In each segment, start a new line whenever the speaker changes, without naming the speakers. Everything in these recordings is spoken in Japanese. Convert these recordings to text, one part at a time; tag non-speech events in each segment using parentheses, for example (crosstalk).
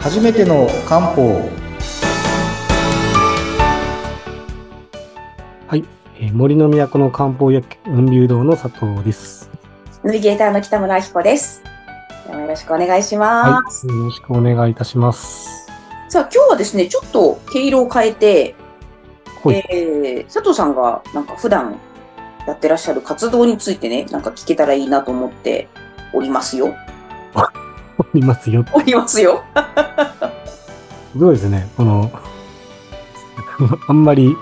初めての漢方
はい、えー森の都の漢方薬局雲流堂の佐藤です。
ナビゲーターの北村明子です。ではよろしくお願いしま
は
す。
い、よろしくお願いいたします。
さあ、今日はですね、ちょっと毛色を変えて、
はい
えー佐藤さんがなんか普段やってらっしゃる活動についてね、なんか聞けたらいいなと思っておりますよ。
おりますよ。
おりますよ。
すごいですね。この、あんまり、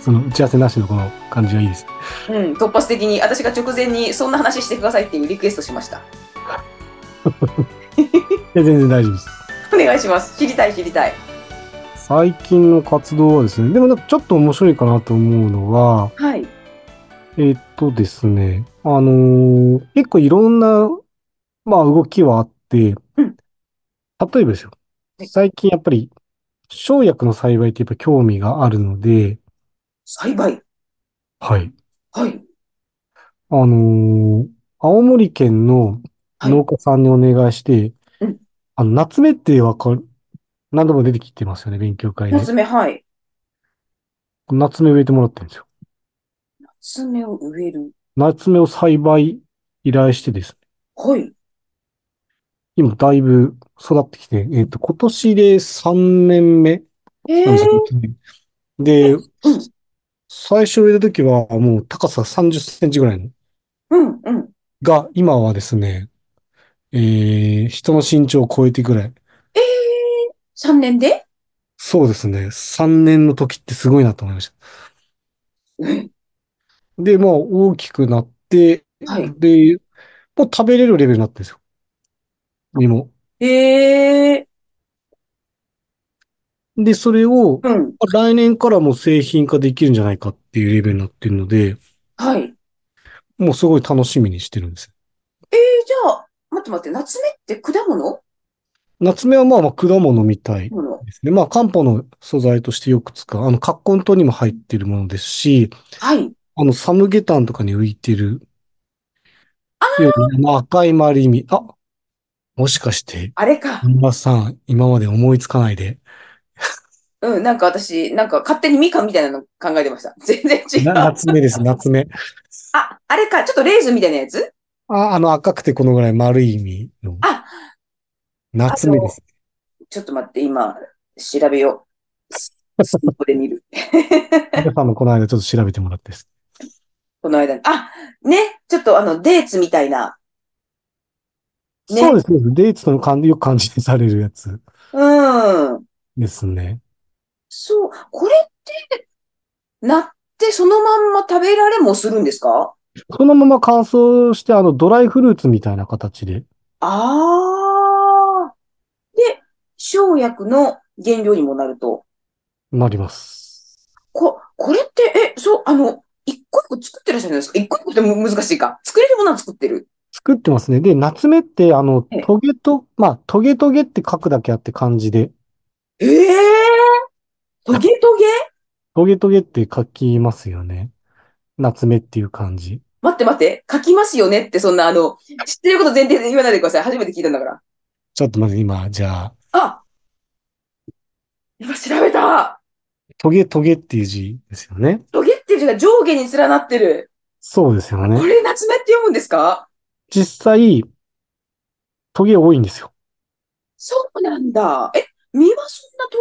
その打ち合わせなしのこの感じがいいです。
うん、突発的に私が直前にそんな話してくださいっていうリクエストしました。
いや全然大丈夫です。
お願いします。知りたい知りたい。
最近の活動はですね、でもなんかちょっと面白いかなと思うのは、
はい。
えっとですね、あのー結構いろんな、まあ動きはあって、
うん
例えばですよ
は、い
最近やっぱり、生薬の栽培ってやっぱ興味があるので、
栽培。
はい。
はい。
あのー青森県の
はい
農家さんにお願いして
うん、
あの、夏目ってわかる、何度も出てきてますよね、勉強会で。
夏目、はい。
夏目植えてもらってるんですよ。
夏目を植える。
夏目を栽培依頼してですね、
はい。
今だいぶ育ってきて、えっと、今年で3年目
え
なんですよ。で、
うん
最初植えた時はもう高さ30センチぐらいの。
うん、うん。
が、今はですね、えー、人の身長を超えてぐらい。
えー、3年で
そうですね。3年の時ってすごいなと思いました。
うん
で、まあ、大きくなって、
はい。
で、もう食べれるレベルになってるんですよ。芋。
ええ
で、それを、
うん。
来年からもう製品化できるんじゃないかっていうレベルになってるので、
はい。えー、
もうすごい楽しみにしてるんです。
じゃあ、待って待って、夏目って果物
夏目はまあまあ果物みたい
もの
ですね。まあ漢方の素材としてよく使う、あの、葛根湯にも入ってるものですし、
はい。
あの、サムゲタンとかに浮いてる、ような赤い丸い実。あ、もしかして、
あれか。
皆さん、今まで思いつかないで、
うん、なんか私、なんか勝手にみかんみたいなの考えてました。 (laughs) 全然違
な
う。
夏目です、夏目。
あ、あれか。ちょっとレーズンみたいなやつ
あ、あの赤くてこのぐらい丸い実の、
あ、
夏目です。
ちょっと待って、今、調べよう。ススマホで見る。
皆さんもこの間ちょっと調べてもらってです。
この間に。あ、ね、ちょっとあの、デーツみたいな。ね
そうですね。デーツの感じ、よく感じにされるやつ
うん。
ですね。
そう、これって、なってそのまんま食べられもするんですか
そのまま乾燥して、あの、ドライフルーツみたいな形で。
ああ。で、生薬の原料にもなると。
なります。
こ、これって、え、そう、あの、一個一個作ってらっしゃるんですか一個一個ってむ難しいか。作れるものは作ってる。
作ってますね。で、夏目って、あの
ええ、
トゲと、まあ、トゲトゲって書くだけあって漢字で、
ええトゲトゲ
トゲトゲって書きますよね。夏目っていう漢字。
待って待って。書きますよねって、そんな、あの、知ってること前提で言わないでください。初めて聞いたんだから。
ちょっと待って、今、じゃあ、
あ今調べた
トゲトゲっていう字ですよね。
トゲっていう字が上下に連なってる。
そうですよ
こ
ね。
れ、夏目って読むんですか
実際、トゲ多いんですよ。
そうなんだ。え、実はそんなト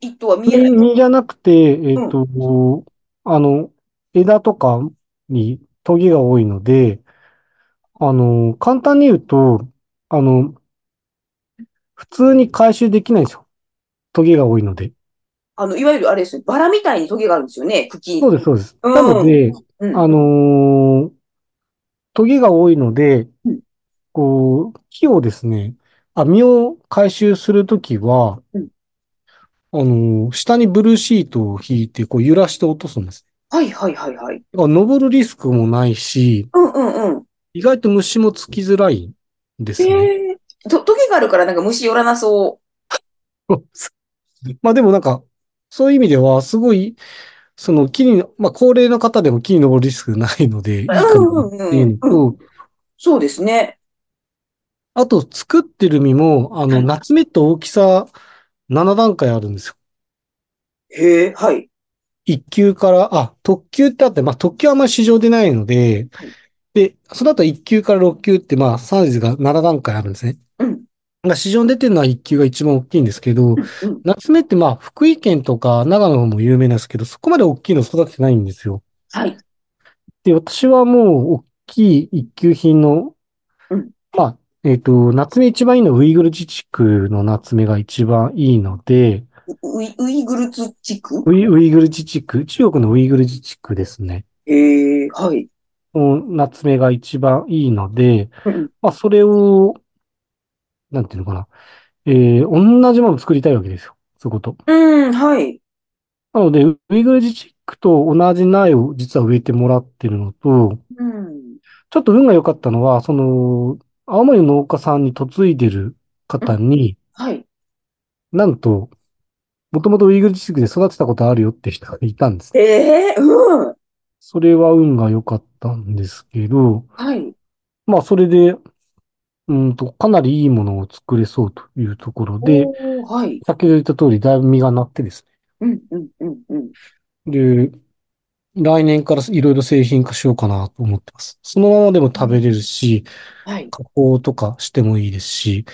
ゲが多いとは見えない。
実じゃなくて、えっと、あの、枝とかにトゲが多いので、あの、簡単に言うと、あの、普通に回収できないんですよ。トゲが多いので。
あの、いわゆるあれですね、バラみたいにトゲがあるんですよね、茎に。
そうです、そうです。
うん
なので、
うん
あのートゲが多いので
うん、
こう、木をですね、あ、実を回収するときは、
うん
あのー下にブルーシートを引いて、こう揺らして落とすんです。
はいはいはいはい。
だから登るリスクもないし、
うんうんうん。
意外と虫もつきづらいんですね。
へえと、トゲがあるからなんか虫寄らなそ
(laughs) まあでもなんか、そういう意味では、すごい、その木に、まあ高齢の方でも木に登るリスクないので、いいかなっていうの
うんうん
と、
う。そうですね。
あと、作ってる実も、あ
は
の、
い
ナツメって大きさ7段階あるんですよ。
へえ、はい。
1級から、あ、特級ってあって、まあ、特級はあんまり市場でないので
はい、
で、その後1級から6級って、まあ、サイズが7段階あるんですね。
うん。
まあ、市場に出てるのは1級が一番大きいんですけど、
うん。
夏目ってまあ、福井県とか長野の方も有名なんですけど、そこまで大きいの育ててないんですよ。
はい。
で、私はもう、大きい一級品の
うん、
まあ、えっと、夏目一番いいのはウイグル自治区の夏目が一番いいので、
ウイ、ウイグルツ地区
ウイ、ウイグル自治区、中国のウイグル自治区ですね。
へえ、はい。
の夏目が一番いいので、
うん。
まあ、それを、なんていうのかな。えー、同じものを作りたいわけですよ。そういうこと。
うん、はい。
なので、ウイグル自治区と同じ苗を実は植えてもらってるのと、
うん。
ちょっと運が良かったのは、その、青森の農家さんに嫁いでる方に、
はい。
なんと、もともとウイグル自治区で育てたことあるよって人がいたんです。
ええ、うん。
それは運が良かったんですけど、
はい。
まあ、それで、うんと、かなりいいものを作れそうというところで、
おーはい。
先ほど言った通り、だいぶ実がなってです
うん、うん、うん、うん。
ね。で、来年からいろいろ製品化しようかなと思ってます。そのままでも食べれるし、
はい。
加工とかしてもいいですし、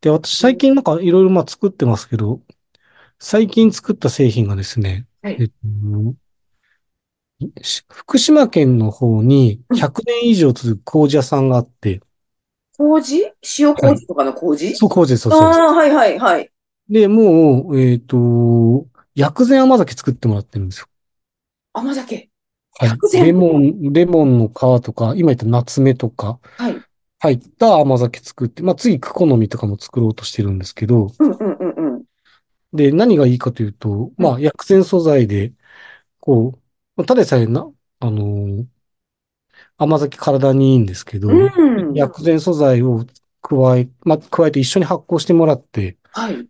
で、私最近なんかいろいろまあ作ってますけど、最近作った製品がですね、
はい
えっと、し福島県の方に100年以上続く麹屋さんがあって、
麹塩麹とかの麹
そう麹です、そう
あ
そうです。
あー、はい、はい、はい。
で、もう、えっと、薬膳甘酒作ってもらってるんですよ。
甘酒。
はい
薬膳
レモン、レモンの皮とか、今言った夏目とか
はい。
入った甘酒作って、まあ次、クコの実とかも作ろうとしてるんですけど、
うん、うん、うん、うん。
で、何がいいかというと、まあ、薬膳素材で、こう、まあただでさえな、あのー甘酒体にいいんですけど、
うん。
薬膳素材を加え、まあ、加えて一緒に発酵してもらって、
はい。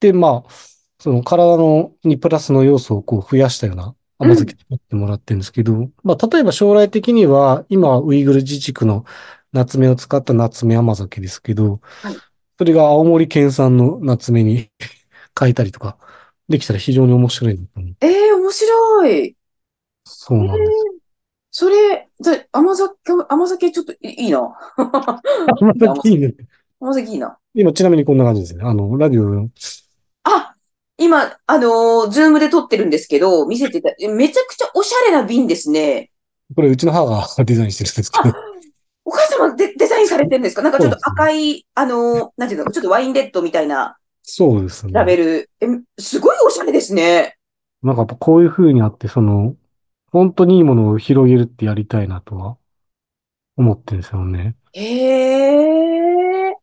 で、まあ、その体のにプラスの要素をこう増やしたような甘酒作ってもらってるんですけど、まあ、例えば将来的には、今、ウイグル自治区の夏目を使った夏目甘酒ですけど
はい、
それが青森県産の夏目に (laughs) 変えたりとか、できたら非常に面白いなと思う。
ええ、面白い。
そうなんです。
それ、で甘酒、甘酒ちょっといいいな。
甘酒いいね。
甘酒いいな。
今、ちなみにこんな感じですね。あの、ラジオ、
あ、今、あのーズームで撮ってるんですけど、見せていた、えめちゃくちゃおしゃれな瓶ですね。
これうちの母が (laughs) デザインしてるんですけど、
お母様デ、デザインされてるんですかなんかちょっ
そう
と
ですね
赤い、あのーなんていうの、ちょっとワインレッドみたいな
そうですね。
ラベル。え、すごいおしゃれですね。
なんかやっぱこういう風にあって、その、本当にいいものを広げるってやりたいなとは思ってるんですよね。
へえ。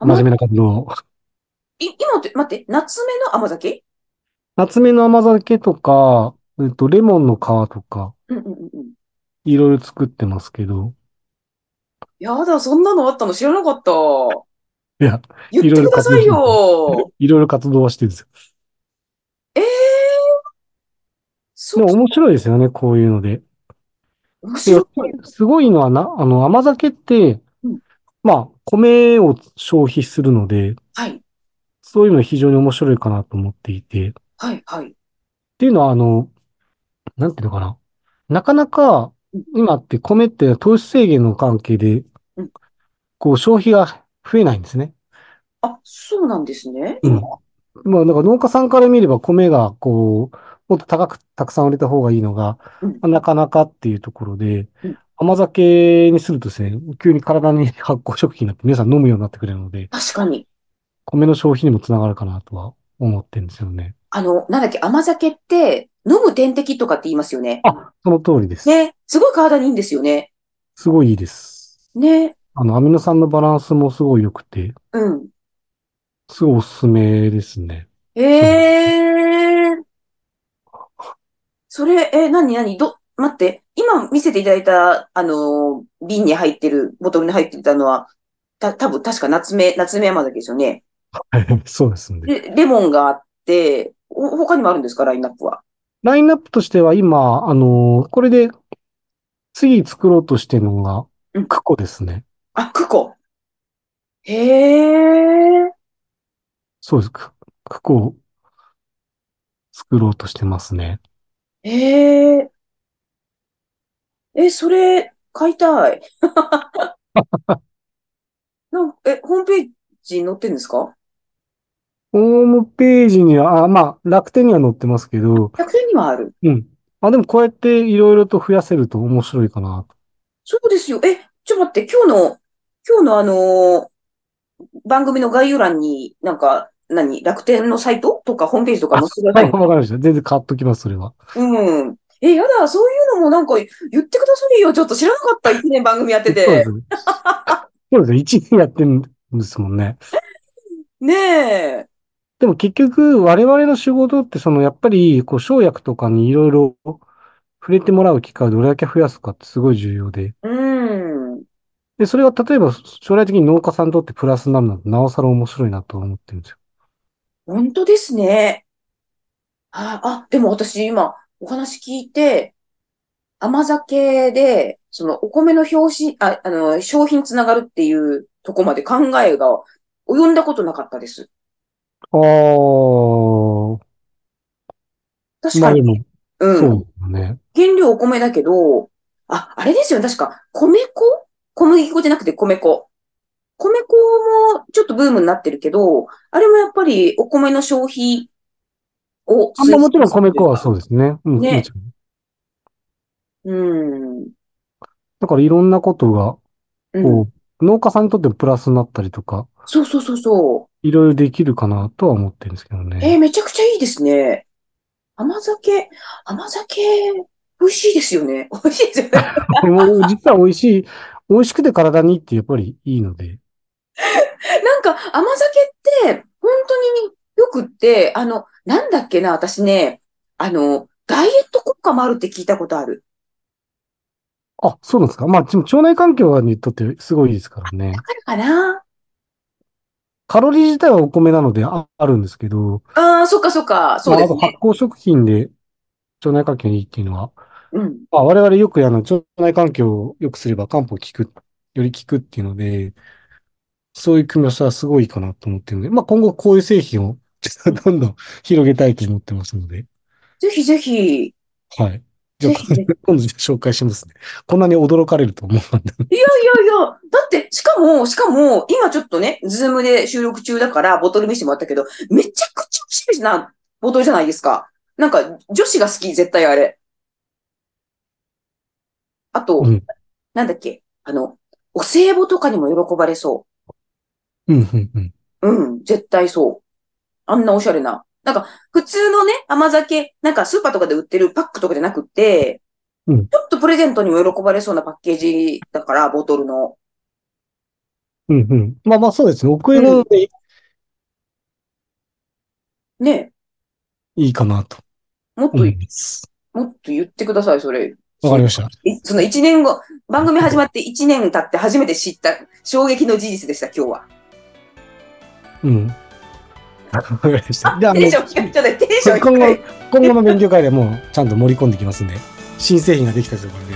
真
甘
面目な活動を。 (laughs)
い今って、待って、夏目の甘酒
夏目の甘酒とか、えっと、レモンの皮とか、
うんうんうんうん。
いろいろ作ってますけど、
やだ、そんなのあったの知らなかった。
いや、
言ってください
いろ
よ。
いろいろ活動はしてるんですよ。
ええー。
で
そう
も、面白いですよね、こういうので。
面
で
白い。
すごいのはな、あの、甘酒って
うん、
まあ、米を消費するので、
はい、
そういうの非常に面白いかなと思っていて、
はい、はい。
っていうのは、あの、なんていうのかな。なかなか
うん、
今って米って糖質制限の関係で
うん、
こう消費が増えないんですね。
あ、そうなんですね。
うん。まあ、なんか農家さんから見れば米が、こう、もっと高く、たくさん売れた方がいいのが
うん、
なかなかっていうところで
うん、
甘酒にするとですね、急に体に発酵食品になって皆さん飲むようになってくれるので、
確かに。
米の消費にもつながるかなとは思ってるんですよね。
あの、なんだっけ、甘酒って、飲む点滴とかって言いますよね。
あ、その通りです。
ね、すごい体にいいんですよね。
すごいいいです。
ね、
あの、アミノ酸のバランスもすごい良くて、
うん。
すごいおすすめですね。
ええー。それ、え、なになに、ど、待って、今見せていただいた、あのー瓶に入ってる、ボトルに入ってたのは、た、多分確か夏目、夏目山崎ですよね。
(laughs) そうですね。
レ、レモンがあって、お他にもあるんですか、ラインナップは。
ラインナップとしては今、あのーこれで次作ろうとしてるのが、
うん
クコですね。
あ、クコ。へえ。
そうです。ククコを作ろうとしてますね。
ええ。え、それ、買いたい。 (laughs) なんかえ、ホームページに載ってんですか
ホームページには、あ、まあ、楽天には載ってますけど、
楽天にはある。
うん。あ、でもこうやっていろいろと増やせると面白いかなと。
そうですよ。え、ちょっと待って、今日の、今日のあのー番組の概要欄になんか、何、楽天のサイトとかホームページとか載せてく
は
ださ
い、
い。
わかりました。全然買っときます、それは。
うん。え、やだ、そういうのもなんか言ってくださいよ。ちょっと知らなかった、一年番組やって
そうで
て
す。。そうです。一年やってるんですもんね。
ねえ。
でも結局、我々の仕事って、その、やっぱり、こう、生薬とかにいろいろ触れてもらう機会をどれだけ増やすかってすごい重要で。
うん。
で、それが例えば、将来的に農家さんにとってプラスになるなんて、なおさら面白いなと思ってるんですよ。
本当ですね。あ、あ、でも私今お話聞いて、甘酒で、そのお米の表紙、あ、あの、商品つながるっていうとこまで考えが及んだことなかったです。
ああ、
確
ま
か
あで
に。
も、
うん。
そうだね。
原料お米だけど、あ、あれですよね。確か、米粉小麦粉じゃなくて米粉。米粉もちょっとブームになってるけど、あれもやっぱりお米の消費を
あんまもちろん米粉は
う。
そうですね。うん、
ね
もちろん。
うん。
だからいろんなことが、
うん。
こう、農家さんにとってもプラスになったりとか、
そうそうそうそ
いろいろできるかなとは思ってるんですけど
う。えー
ね。
めちゃくちゃいいですね。甘酒、甘酒、美味しいですよね。 (laughs) 美味しい
(laughs)
ですよね。
でも実は美味しい、美味しくて体にいいってやっぱりいいので。
なんか甘酒って、本当によくって、あの、なんだっけな、私ね、あの、ダイエット効果もあるって聞いたことある。
あ、そうなんですか。まあ、でも腸内環境にとってすごいいいですからね
だ。からかな
カロリー自体はお米なのでああるんですけど、
ああ、そっかそっか、そう
まあ、
で
あ
す
と
ね
発。酵食品で腸内環境にいいっていうのは、
うん。
まあ、我々よくあの腸内環境を良くすれば漢方効く、より効くっていうので、そういう組み合わせはすごいいいかなと思ってるので、まあ今後こういう製品を (laughs) どんどん広げたいと思ってますので、
ぜひぜひ。
はい。じゃ
ぜ
あ
ひぜひ。い
今度じゃあ紹介しますね。こんなに驚かれると思うんで。
やいや、だって、しかも、しかも、今ちょっとね、ズームで収録中だから、ボトル見せてもらったけど、めちゃくちゃおしゃれなボトルじゃないですか。なんか、女子が好き、絶対あれ。あと、
うん
なんだっけ、あの、お歳暮とかにも喜ばれそう。
うん、うん、うん。
うん、絶対そう。あんなおしゃれな。なんか、普通のね、甘酒、なんかスーパーとかで売ってるパックとかじゃなくって、
うん
ちょっとプレゼントにも喜ばれそうなパッケージだから、ボトルの。
うん、うん。まあまあそうですね。奥へのでい
ね、
いかなと
もっと、
思います。
もっと言ってください、それ。
わかりました。
いその1年後、番組始まって1年経って初めて知った衝撃の事実でした、今日は。
うん。わかりました。じゃあ、あの
テンション低い、ちょっとテンション
今
低
後
い。、
今後の勉強会でもうちゃんと盛り込んできますんで、 (laughs) 新製品ができたということで。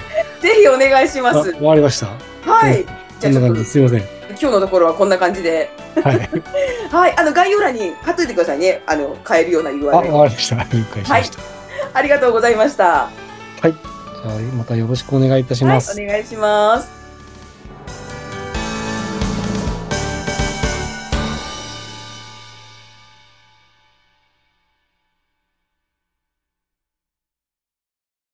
ぜひお願いしま
あ
す。
終わりました。
はい。じ
こ
ゃあ
ん
ち
な
ょっ
感
と
じですいません。
今日のところはこんな感じで。
はい。
(laughs) はい。あの、概要欄に貼っといてくださいね。あの、買えるような URL
あ、。終わりました。了解しました。
ありがとうございました。
はい。じゃあ、またよろしくお願いいたし
はい、
ます。
お願いします。